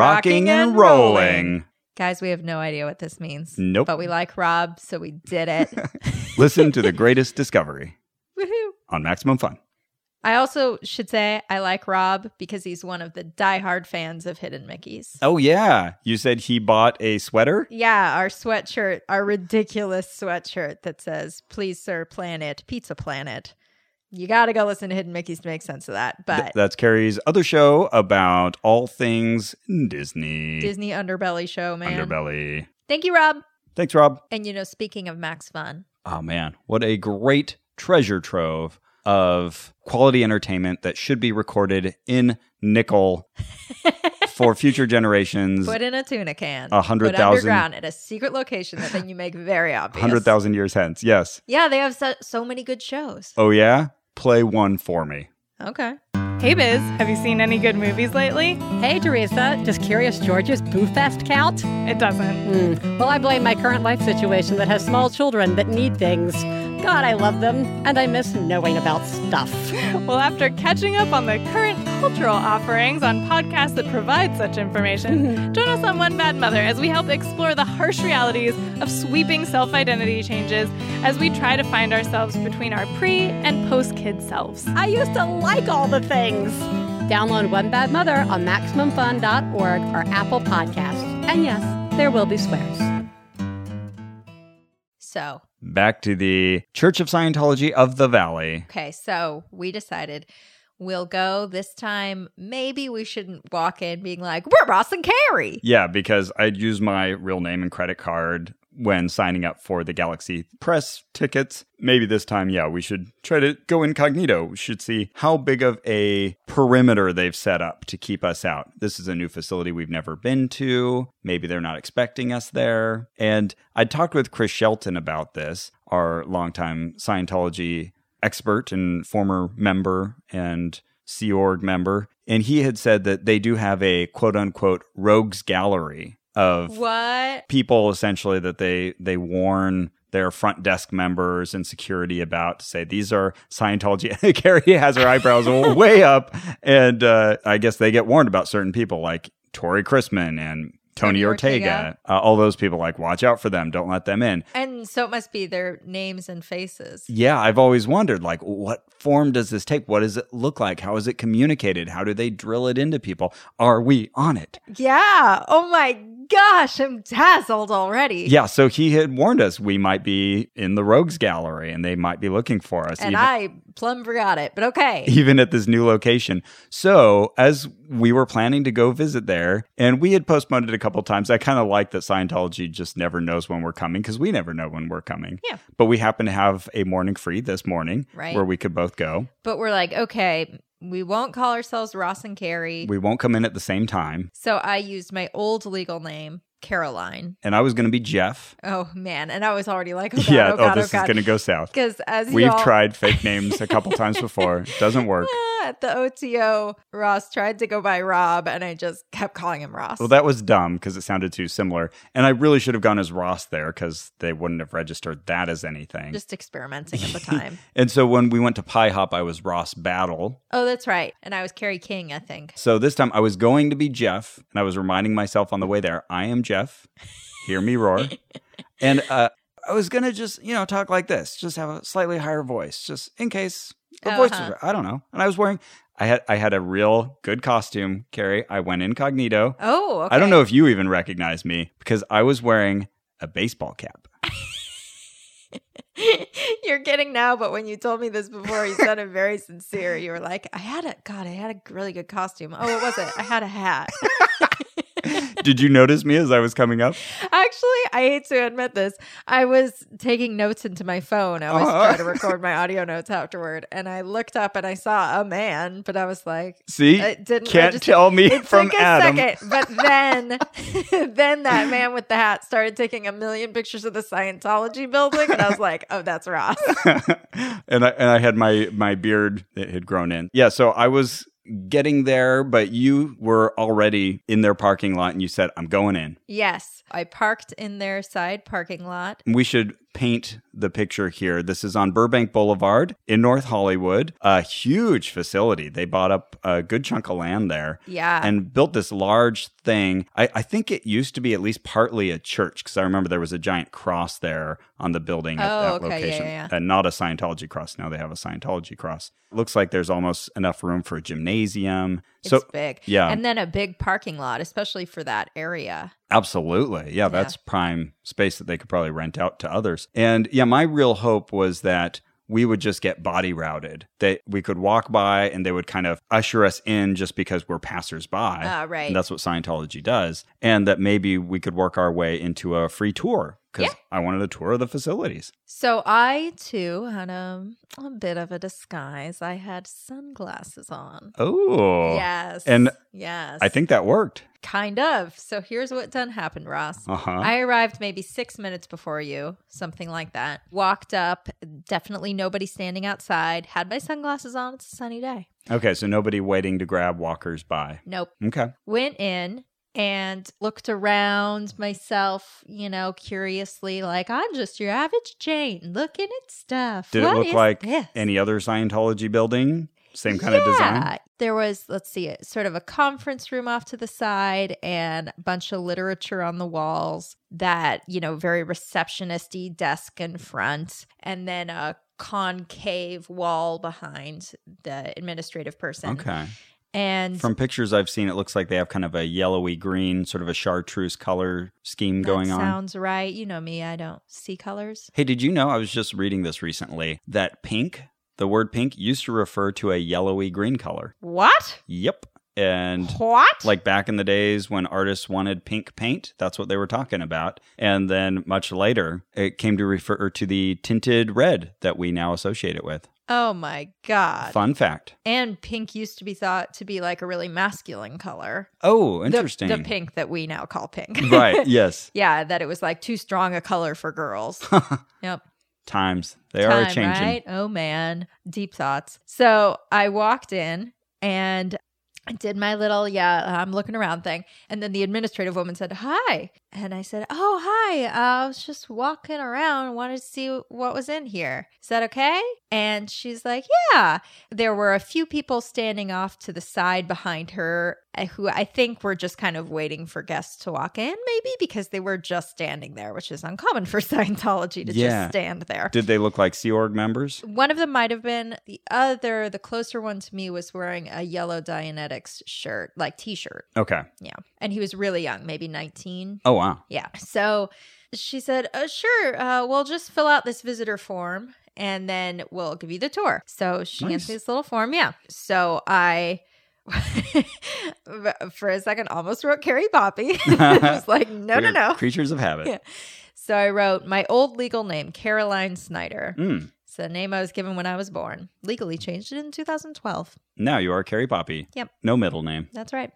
B: rocking,
A: and
B: and
A: rolling.
B: rolling. Oh.
A: Guys, we have no idea what this means.
B: Nope.
A: But we like Rob, so we did it.
B: Listen to the greatest discovery
A: Woohoo!
B: on Maximum Fun.
A: I also should say I like Rob because he's one of the diehard fans of Hidden Mickeys.
B: Oh, yeah. You said he bought a sweater?
A: Yeah, our sweatshirt, our ridiculous sweatshirt that says, Please, Sir Planet, Pizza Planet. You got to go listen to Hidden Mickeys to make sense of that.
B: Th-
A: But
B: that's Carrie's other show about all things Disney,
A: Disney Underbelly Show, man.
B: underbelly.
A: Thank you, Rob.
B: Thanks, Rob.
A: And you know, speaking of Max Fun,
B: Oh, man. What a great treasure trove of quality entertainment that should be recorded in nickel for future generations.
A: put in a tuna can.
B: A hundred
A: put
B: thousand-
A: underground at a secret location that then you make very obvious.
B: 100,000 years hence. Yes.
A: Yeah, they have so, so many good shows.
B: Oh, yeah? Play one for me.
A: Okay.
C: Hey Biz, have you seen any good movies lately?
D: Hey, Teresa, does Curious George's Boo Fest count?
C: It doesn't.
D: Hmm. Well, I blame my current life situation that has small children that need things. God, I love them, and I miss knowing about stuff.
C: Well, after catching up on the current cultural offerings on podcasts that provide such information, join us on One Bad Mother as we help explore the harsh realities of sweeping self identity changes as we try to find ourselves between our pre and post kid selves.
D: I used to like all the things. Download One Bad Mother on MaximumFun.org or Apple Podcasts. And yes, there will be swears.
A: So
B: back to the Church of Scientology of the Valley.
A: Okay, so we decided we'll go this time. Maybe we shouldn't walk in being like, we're Ross and Carrie.
B: Yeah, because I'd use my real name and credit card when signing up for the Galaxy Press tickets. Maybe this time, yeah, we should try to go incognito. We should see how big of a perimeter they've set up to keep us out. This is a new facility we've never been to. Maybe they're not expecting us there. And I talked with Chris Shelton about this, our longtime Scientology expert and former member and Sea Org member. And he had said that they do have a quote unquote rogues gallery of
A: What?
B: people essentially that they they warn their front desk members and security about to say these are Scientology. Carrie has her eyebrows way up, and uh, I guess they get warned about certain people like Tori Chrisman and Tony
A: Tony
B: Ortega.
A: Ortega.
B: Uh, all those people like watch out for them, don't let them in.
A: And so it must be their names and faces.
B: Yeah, I've always wondered like what form does this take? What does it look like? How is it communicated? How do they drill it into people? Are we on it?
A: Yeah. Oh my gosh, I'm dazzled already.
B: Yeah, so he had warned us we might be in the rogues gallery and they might be looking for us.
A: And
B: even-
A: I plumb forgot it, but okay.
B: even at this new location. So, as we were planning to go visit there, and we had postponed it a couple times, I kind of like that Scientology just never knows when we're coming because we never know when we're coming.
A: Yeah.
B: But we happen to have a morning free this morning
A: Right.
B: where we could both go.
A: But we're like, okay, we won't call ourselves Ross and Carrie.
B: We won't come in at the same time.
A: so I used my old legal name, Caroline.
B: And I was going to be Jeff.
A: Oh man. And I was already like, oh God,
B: yeah.
A: oh God,
B: this
A: oh
B: is
A: God.
B: going to go south.
A: Because as
B: We've
A: y'all-
B: tried fake names a couple times before. Doesn't work.
A: at the OTO, Ross tried to go by Rob, and I just kept calling him Ross.
B: Well, that was dumb because it sounded too similar. And I really should have gone as Ross there because they wouldn't have registered that as anything.
A: just experimenting at the time.
B: And so when we went to Pie Hop, I was Ross Battle.
A: oh, that's right. And I was Carrie King, I think.
B: So this time I was going to be Jeff, and I was reminding myself on the way there, I am Jeff. Hear me roar. And uh, I was going to just, you know, talk like this, just have a slightly higher voice, just in case the voice was
A: Uh-huh.
B: I don't know. And I was wearing, I had, I had a real good costume, Carrie. I went incognito.
A: Oh, okay.
B: I don't know if you even recognize me because I was wearing a baseball cap.
A: You're kidding now, but when you told me this before, you sounded very sincere. You were like, I had a, God, I had a really good costume. Oh, what was it? I had a hat.
B: Did you notice me as I was coming up?
A: Actually, I hate to admit this. I was taking notes into my phone. I always
B: Uh-huh.
A: try to record my audio notes afterward. And I looked up and I saw a man, but I was like,
B: See,
A: It didn't
B: can't
A: register.
B: tell me
A: it
B: from
A: took a
B: Adam.
A: second, but then, then that man with the hat started taking a million pictures of the Scientology building, and I was like, "Oh, that's Ross."
B: and I and I had my my beard that had grown in. Yeah, so I was getting there, but you were already in their parking lot, and you said, "I'm going in."
A: yes, I parked in their side parking lot.
B: We should paint the picture here. This is on Burbank Boulevard in North Hollywood, a huge facility. They bought up a good chunk of land there.
A: Yeah,
B: and built this large thing. I, I think it used to be at least partly a church because I remember there was a giant cross there on the building at
A: Oh,
B: that
A: okay, yeah,
B: location.
A: yeah,
B: And not a Scientology cross. Now they have a Scientology cross. Looks like there's almost enough room for a gymnasium.
A: it's
B: so,
A: big.
B: yeah.
A: and then a big parking lot, especially for that area.
B: absolutely. Yeah, that's prime space that they could probably rent out to others. And yeah, my real hope was that. We would just get body routed. That we could walk by and they would kind of usher us in just because we're passersby.
A: Ah, right.
B: And that's what Scientology does. And that maybe we could work our way into a free tour because I wanted a tour of the facilities.
A: So I too had a, a bit of a disguise. I had sunglasses on.
B: Oh.
A: Yes,
B: And
A: yes,
B: I think that worked.
A: kind of. So here's what done happened, Ross.
B: Uh huh.
A: I arrived maybe six minutes before you, something like that. Walked up, definitely nobody standing outside, had my sunglasses on. It's a sunny day.
B: okay. So nobody waiting to grab walkers by.
A: Nope.
B: Okay.
A: Went in and looked around myself, you know, curiously, like, I'm just your average Jane looking at stuff.
B: Did
A: What
B: it look
A: is
B: like
A: this?
B: any other Scientology building? Same kind of design?
A: Yeah. There was, let's see, sort of a conference room off to the side and a bunch of literature on the walls that, you know, very receptionisty desk in front and then a concave wall behind the administrative person.
B: Okay.
A: And
B: From pictures I've seen, it looks like they have kind of a yellowy green, sort of a chartreuse color scheme going
A: that
B: on.
A: sounds right. You know me, I don't see colors.
B: Hey, did you know? I was just reading this recently that pink, the word pink, used to refer to a yellowy green color.
A: What?
B: Yep. And
A: What?
B: like back in the days when artists wanted pink paint, that's what they were talking about. And then much later, it came to refer to the tinted red that we now associate it with.
A: oh my god.
B: Fun fact.
A: And pink used to be thought to be like a really masculine color.
B: Oh,
A: The-
B: interesting.
A: The, pink that we now call pink.
B: right. Yes.
A: yeah, that it was like too strong a color for girls. yep.
B: Times. They are
A: time,
B: changing.
A: Right? Oh man, deep thoughts. So I walked in and I did my little yeah, I'm looking around thing, and then the administrative woman said hi, and I said, oh hi, uh, I was just walking around, wanted to see what was in here. Is that okay? And she's like, yeah. There were a few people standing off to the side behind her uh, who I think were just kind of waiting for guests to walk in, maybe because they were just standing there, which is uncommon for Scientology to
B: Yeah.
A: just stand there.
B: Did they look like Sea Org members?
A: One of them might have been the other, the closer one to me was wearing a yellow Dianetics shirt, like t shirt.
B: Okay.
A: Yeah. And he was really young, maybe 19.
B: Oh, wow.
A: Yeah. So she said, uh, Sure, uh, we'll just fill out this visitor form and then we'll give you the tour. So she hands
B: Nice.
A: me this little form. Yeah. So I. for a second almost wrote Carrie Poppy. I was like, no,
B: We
A: no,
B: are
A: no.
B: Creatures of habit.
A: Yeah. So I wrote my old legal name, Caroline Snyder.
B: Mm.
A: It's the name I was given when I was born. Legally changed it in 2012.
B: Now you are Carrie Poppy.
A: Yep.
B: No middle name.
A: That's right.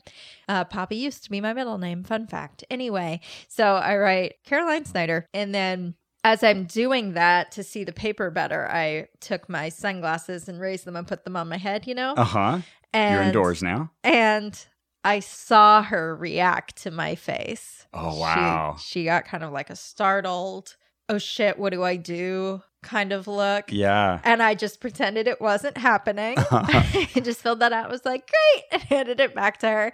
A: Uh, Poppy used to be my middle name. Fun fact. Anyway, so I write Caroline Snyder. And then as I'm doing that to see the paper better, I took my sunglasses and raised them and put them on my head, you know?
B: Uh huh.
A: Oh. and,
B: You're indoors now.
A: And I saw her react to my face.
B: Oh,
A: She-
B: wow.
A: she got kind of like a startled, oh shit, what do I do kind of look.
B: Yeah.
A: And I just pretended it wasn't happening. I just filled that out, was like, great, and handed it back to her.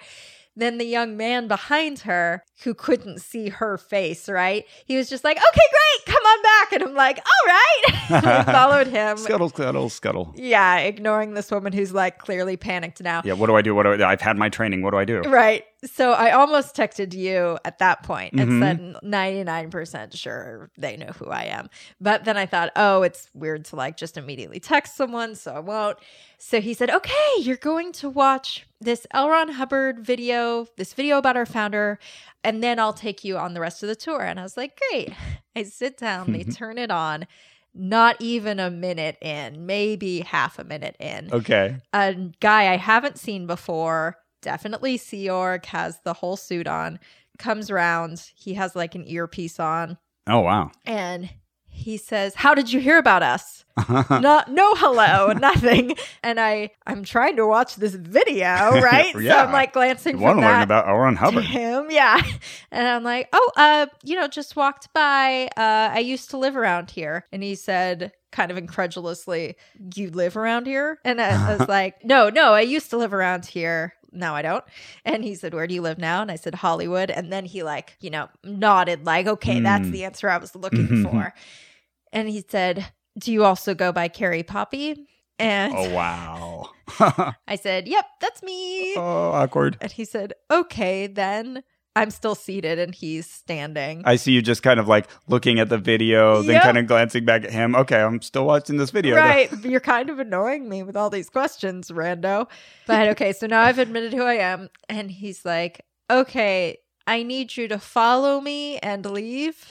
A: Then the young man behind her, who couldn't see her face, right? He was just like, okay, great, come on back. And I'm like, all right. And I followed him.
B: Scuttle, scuttle, scuttle.
A: Um, Yeah, ignoring this woman who's like clearly panicked now.
B: Yeah. What do I do? What do I do? I've had my training. What do I do?
A: Right. So I almost texted you at that point and
B: Mhm.
A: said 99% sure they know who I am. But then I thought, oh, it's weird to like just immediately text someone, so I won't. So he said, okay, you're going to watch this L. Ron Hubbard video, this video about our founder, and then I'll take you on the rest of the tour. And I was like, great. I sit down, they turn it on. Not even a minute in, maybe half a minute in
B: Okay.
A: a guy I haven't seen before, definitely Sea Org, has the whole suit on, comes round. He has like an earpiece on,
B: Oh, wow.
A: and he says, "How did you hear about us?"
B: Uh.
A: Not, no, hello, nothing. And I, I'm trying to watch this video, right?
B: Yeah.
A: So I'm like glancing
B: You
A: from
B: want to learn
A: that
B: about L. Ron
A: to
B: Hubbard.
A: him, yeah. And I'm like, "Oh, uh, you know, just walked by. Uh, I used to live around here." And he said, kind of incredulously, "You live around here?" And I, I was like, "No, no, I used to live around here. Now I don't." And he said, "Where do you live now?" And I said, "Hollywood." And then he like, you know, nodded like, "Okay, that's
B: Mm.
A: the answer I was looking for." And he said, "Do you also go by Carrie Poppy?" And
B: Oh, wow. oh,
A: I said, "Yep, that's me."
B: awkward.
A: And he said, Okay, then I'm still seated and he's standing.
B: I see you just kind of like looking at the video, then
A: Yep.
B: kind of glancing back at him. Okay, I'm still watching this video. though.
A: right. You're kind of annoying me with all these questions, Rando. But okay, so now I've admitted who I am. And he's like, Okay, I need you to follow me and leave.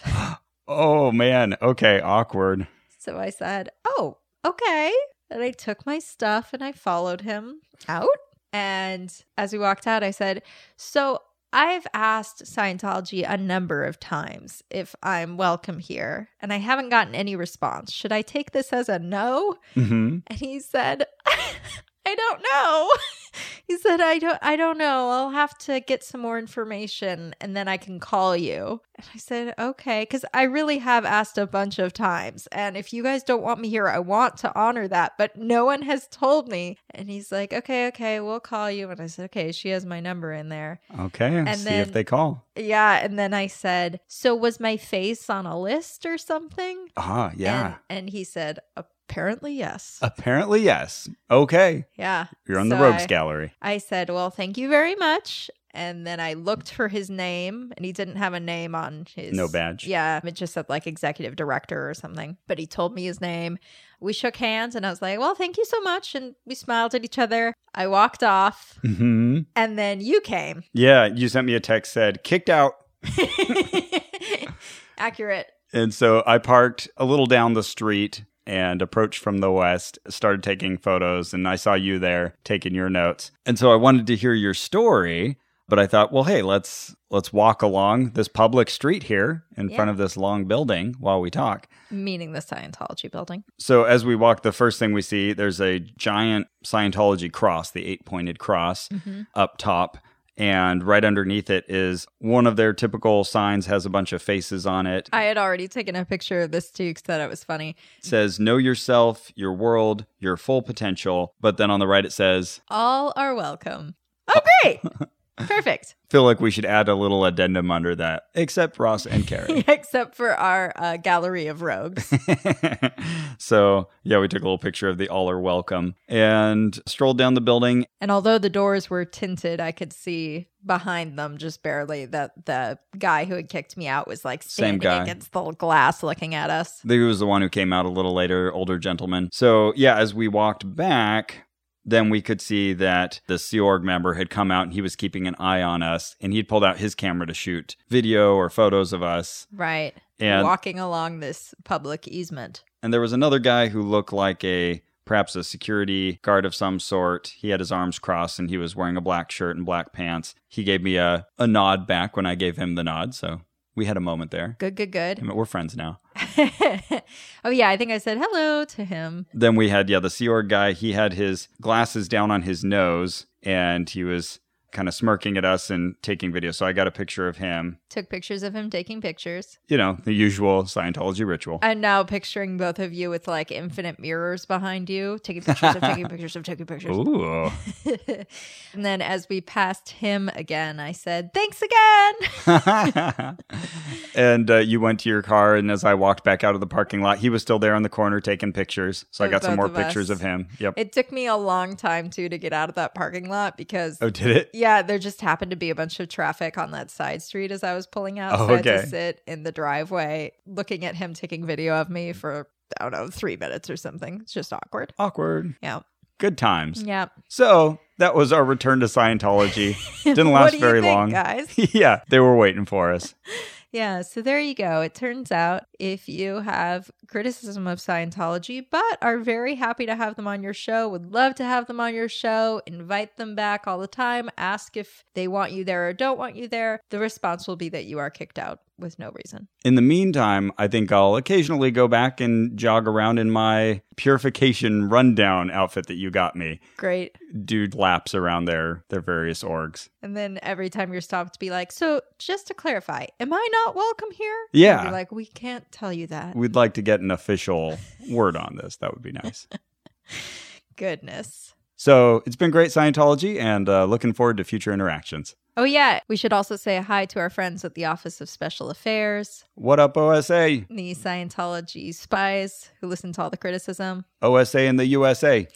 B: Oh, man. Okay, awkward.
A: So I said, Oh, okay. And I took my stuff and I followed him out. And as we walked out, I said, So I've asked Scientology a number of times if I'm welcome here, and I haven't gotten any response. Should I take this as a no?
B: hmm
A: And he said, I don't know. He said, I don't I don't know. I'll have to get some more information and then I can call you. And I said, okay, because I really have asked a bunch of times. And if you guys don't want me here, I want to honor that. But no one has told me. And he's like, okay, okay, we'll call you. And I said, okay, she has my number in there.
B: Okay,
A: And
B: see
A: then-
B: if they call.
A: Yeah. And then I said, so was my face on a list or something?
B: Ah,
A: And-
B: yeah. Uh,
A: And, he said, Apparently, yes.
B: Apparently, yes. Okay.
A: yeah.
B: You're on the
A: So
B: rogues
A: I-
B: gallery.
A: I said, Well, thank you very much. And then I looked for his name, and he didn't have a name on his.
B: No badge.
A: Yeah. It just said like executive director or something. But he told me his name. We shook hands, and I was like, Well, thank you so much. And we smiled at each other. I walked off,
B: hmm
A: and then you came.
B: Yeah. You sent me a text said, kicked out.
A: Accurate.
B: And so I parked a little down the street and approached from the west, started taking photos, and I saw you there taking your notes. And so I wanted to hear your story, but I thought, well, hey, let's let's walk along this public street here in
A: Yeah.
B: front of this long building while we talk.
A: Meaning the Scientology building.
B: So as we walk, the first thing we see, there's a giant Scientology cross, the eight-pointed cross up top. And right underneath it is one of their typical signs has a bunch of faces on it.
A: I had already taken a picture of this too because that it was funny.
B: says know yourself, your world, your full potential. But then on the right it says
A: All are welcome. Oh, great. Perfect.
B: feel like we should add a little addendum under that, except Ross and Carrie.
A: Except for our uh, gallery of rogues.
B: so yeah, we took a little picture of the all are welcome and strolled down the building.
A: and although the doors were tinted, I could see behind them just barely that the guy who had kicked me out was like
B: Same
A: standing
B: guy.
A: against the glass looking at us.
B: He was the one who came out a little later, older gentleman. So yeah, as we walked back. Then we could see that the Sea Org member had come out and he was keeping an eye on us and he'd pulled out his camera to shoot video or photos of us.
A: Right.
B: And
A: Walking along this public easement.
B: And there was another guy who looked like a perhaps a security guard of some sort. He had his arms crossed and he was wearing a black shirt and black pants. He gave me a, a nod back when I gave him the nod. So we had a moment there.
A: Good, good,
B: I
A: good.
B: mean, we're friends now. Mm.
A: oh, yeah. I think I said hello to him.
B: Then we had, yeah, the Sea Org guy. He had his glasses down on his nose and he was kind of smirking at us and taking video. So I got a picture of him.
A: Took pictures of him taking pictures.
B: You know, the usual Scientology ritual.
A: I'm now picturing both of you with like infinite mirrors behind you, taking pictures of taking pictures of taking pictures.
B: Ooh.
A: and then as we passed him again, I said, Thanks again.
B: and uh, you went to your car, and as I walked back out of the parking lot, he was still there on the corner taking pictures. So I
A: Of
B: got some
A: both
B: more
A: of us.
B: pictures of him. Yep.
A: It took me a long time too to get out of that parking lot because
B: oh, did it?
A: yeah, there just happened to be a bunch of traffic on that side street as I was pulling out.
B: Oh,
A: so I had
B: okay.
A: to sit in the driveway looking at him taking video of me for I don't know, three minutes or something. It's just awkward.
B: Awkward.
A: Yeah.
B: Good times.
A: Yeah.
B: So that was our return to Scientology. Didn't
A: What
B: last
A: do you
B: very
A: think,
B: long.
A: guys.
B: yeah, they were waiting for us.
A: Yeah, so there you go. It turns out if you have criticism of Scientology, but are very happy to have them on your show, would love to have them on your show, invite them back all the time, ask if they want you there or don't want you there, the response will be that you are kicked out with no reason.
B: In the meantime, I think I'll occasionally go back and jog around in my purification rundown outfit that you got me.
A: Great.
B: Do laps around their their various orgs.
A: And then every time you're stopped, be like, so just to clarify, am I not welcome here?
B: Yeah.
A: You're like, we can't tell you that.
B: We'd like to get an official word on this. That would be nice.
A: Goodness.
B: So it's been great Scientology and uh, looking forward to future interactions.
A: Oh, yeah. We should also say hi to our friends at the Office of Special Affairs.
B: What up, OSA?
A: the Scientology spies who listen to all the criticism.
B: OSA in the USA.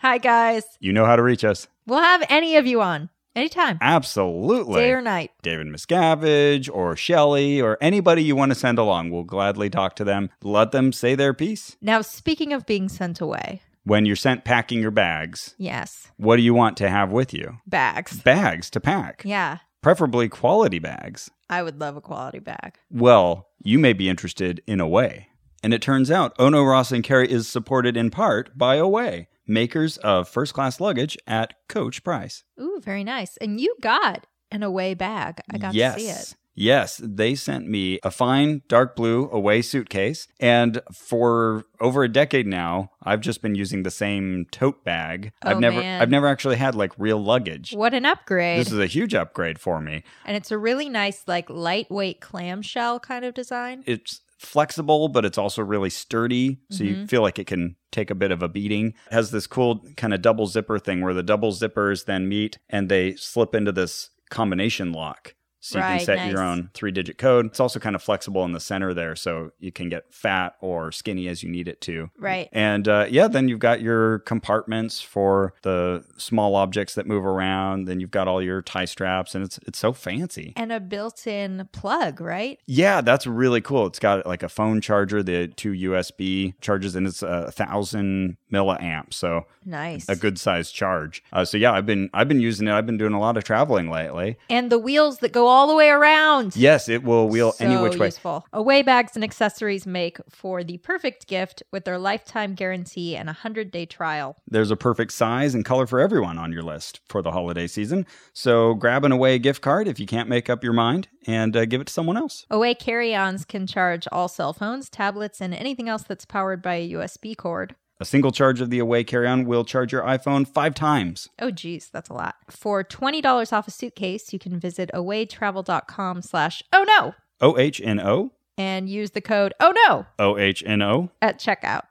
A: Hi, guys.
B: You know how to reach us.
A: We'll have any of you on anytime,
B: Absolutely.
A: day or night.
B: David Miscavige or Shelley or anybody you want to send along. We'll gladly talk to them. Let them say their piece.
A: Now, speaking of being sent away,
B: When you're sent packing your bags,
A: yes,
B: what do you want to have with you?
A: bags.
B: Bags to pack,
A: Yeah,
B: preferably quality bags.
A: I would love a quality bag.
B: Well, you may be interested in Away. And it turns out Ono Ross and Carrie is supported in part by Away, makers of first class luggage at Coach Price.
A: Ooh, very nice. And you got an away bag. I got
B: yes.
A: to see it.
B: Yes, they sent me a fine dark blue away suitcase. And for over a decade now, I've just been using the same tote bag. I've
A: Oh,
B: never
A: man.
B: I've never actually had like real luggage.
A: What an upgrade.
B: This is a huge upgrade for me.
A: and it's a really nice, like, lightweight clamshell kind of design.
B: it's flexible but it's also really sturdy so
A: Mm-hmm.
B: you feel like it can take a bit of a beating it has this cool kind of double zipper thing where the double zippers then meet and they slip into this combination lock So you
A: Right,
B: can set
A: nice.
B: your own three digit code. It's also kind of flexible in the center there. So you can get fat or skinny as you need it to.
A: Right.
B: And uh, yeah, then you've got your compartments for the small objects that move around. Then you've got all your tie straps, and it's it's so fancy.
A: And a built in plug, right?
B: Yeah, that's really cool. It's got like a phone charger, the two USB charges, and it's a thousand milliamps, so
A: Nice.
B: a good size charge. Uh, so yeah, I've been I've been using it. I've been doing a lot of traveling lately.
A: and the wheels that go all the way around.
B: Yes, it will wheel any
A: So
B: which way.
A: Useful. Away bags and accessories make for the perfect gift with their lifetime guarantee and a 100 day trial.
B: There's a perfect size and color for everyone on your list for the holiday season. So grab an away gift card if you can't make up your mind and uh, give it to someone else.
A: Away carry ons can charge all cell phones, tablets, and anything else that's powered by a USB cord.
B: A single charge of the away carry on will charge your iPhone five times.
A: Oh, geez, that's a lot. For $20 off a suitcase, you can visit awaytravel.com slash oh no
B: O H N O.
A: and use the code oh no
B: O H N O.
A: at checkout.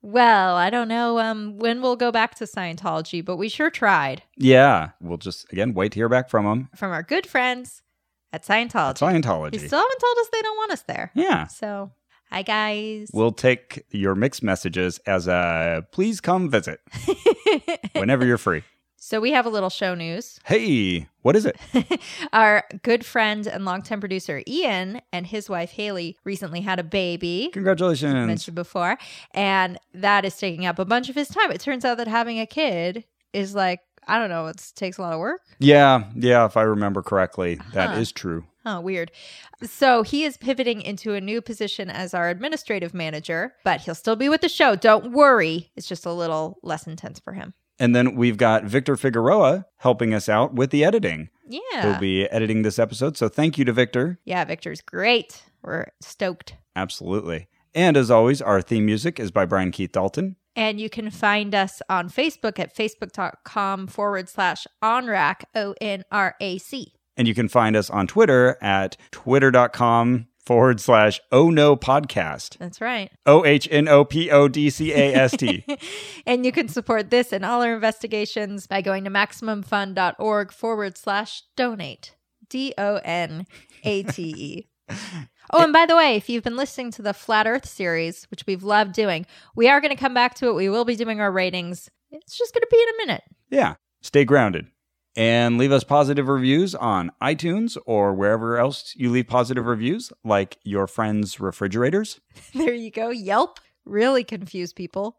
A: Well, I don't know um, when we'll go back to Scientology, but we sure tried
B: Yeah. We'll just, again, wait to hear back from them.
A: from our good friends at Scientology. They
B: Scientology.
A: still haven't told us they don't want us there.
B: yeah.
A: So, hi guys.
B: We'll take your mixed messages as a please come visit whenever you're free.
A: so, we have a little show news.
B: Hey, what is it?
A: Our good friend and longtime producer Ian and his wife Haley recently had a baby.
B: Congratulations.
A: mentioned before, and that is taking up a bunch of his time. It turns out that having a kid is like I don't know, it takes a lot of work.
B: Yeah. Yeah. If I remember correctly, that
A: Huh.
B: is true.
A: Oh, weird. So he is pivoting into a new position as our administrative manager, but he'll still be with the show. Don't worry. It's just a little less intense for him.
B: And then we've got Victor Figueroa helping us out with the editing.
A: Yeah.
B: He'll be editing this episode. So thank you to Victor.
A: yeah, Victor's great. We're stoked.
B: Absolutely. And as always, our theme music is by Brian Keith Dalton.
A: And you can find us on Facebook at facebook.com forward slash onrac, O N R A C.
B: And you can find us on Twitter at twitter.com forward slash oh no podcast.
A: That's right.
B: O H N O P O D C A S T.
A: and you can support this and all our investigations by going to MaximumFun.org forward slash donate. D O N A T E. Oh, and by the way, if you've been listening to the Flat Earth series, which we've loved doing, we are going to come back to it. We will be doing our ratings. It's just going to be in a minute.
B: Yeah. Stay grounded. And leave us positive reviews on iTunes or wherever else you leave positive reviews, like your friends' refrigerators,
A: There you go. Yelp. Really confuse people.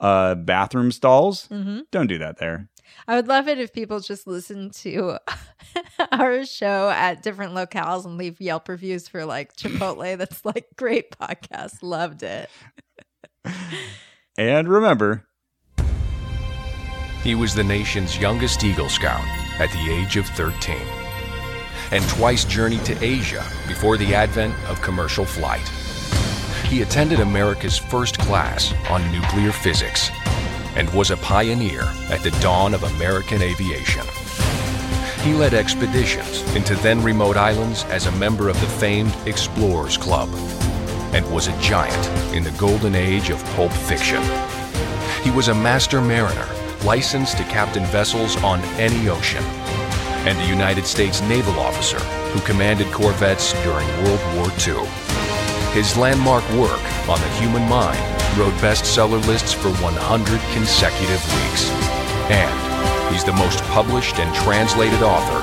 B: uh, bathroom stalls.
A: hmm
B: Don't do that there.
A: I would love it if people just listen to our show at different locales and leave Yelp reviews for like Chipotle. That's like great podcast. Loved it.
B: And remember,
E: He was the nation's youngest Eagle Scout at the age of 13 and twice journeyed to Asia before the advent of commercial flight. He attended America's first class on nuclear physics and was a pioneer at the dawn of American aviation. He led expeditions into then remote islands as a member of the famed Explorers Club and was a giant in the golden age of pulp fiction. He was a master mariner, licensed to captain vessels on any ocean, and a United States naval officer who commanded corvettes during World War II. His landmark work on the human mind rode bestseller lists for 100 consecutive weeks. And he's the most published and translated author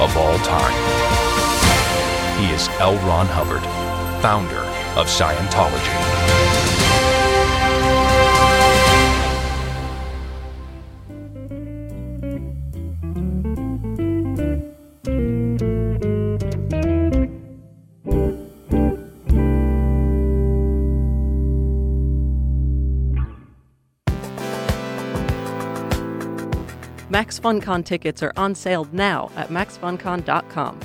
E: of all time. He is L. Ron Hubbard, founder of Scientology.
F: Max FunCon tickets are on sale now at maxfuncon.com.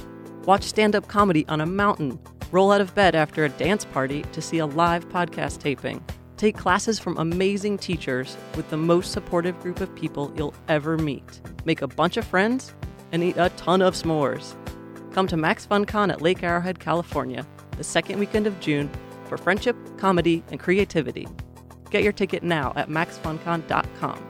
F: Watch stand up comedy on a mountain, roll out of bed after a dance party to see a live podcast taping, take classes from amazing teachers with the most supportive group of people you'll ever meet, make a bunch of friends, and eat a ton of s'mores. Come to Max FunCon at Lake Arrowhead, California, the second weekend of June for friendship, comedy, and creativity. Get your ticket now at maxfuncon.com.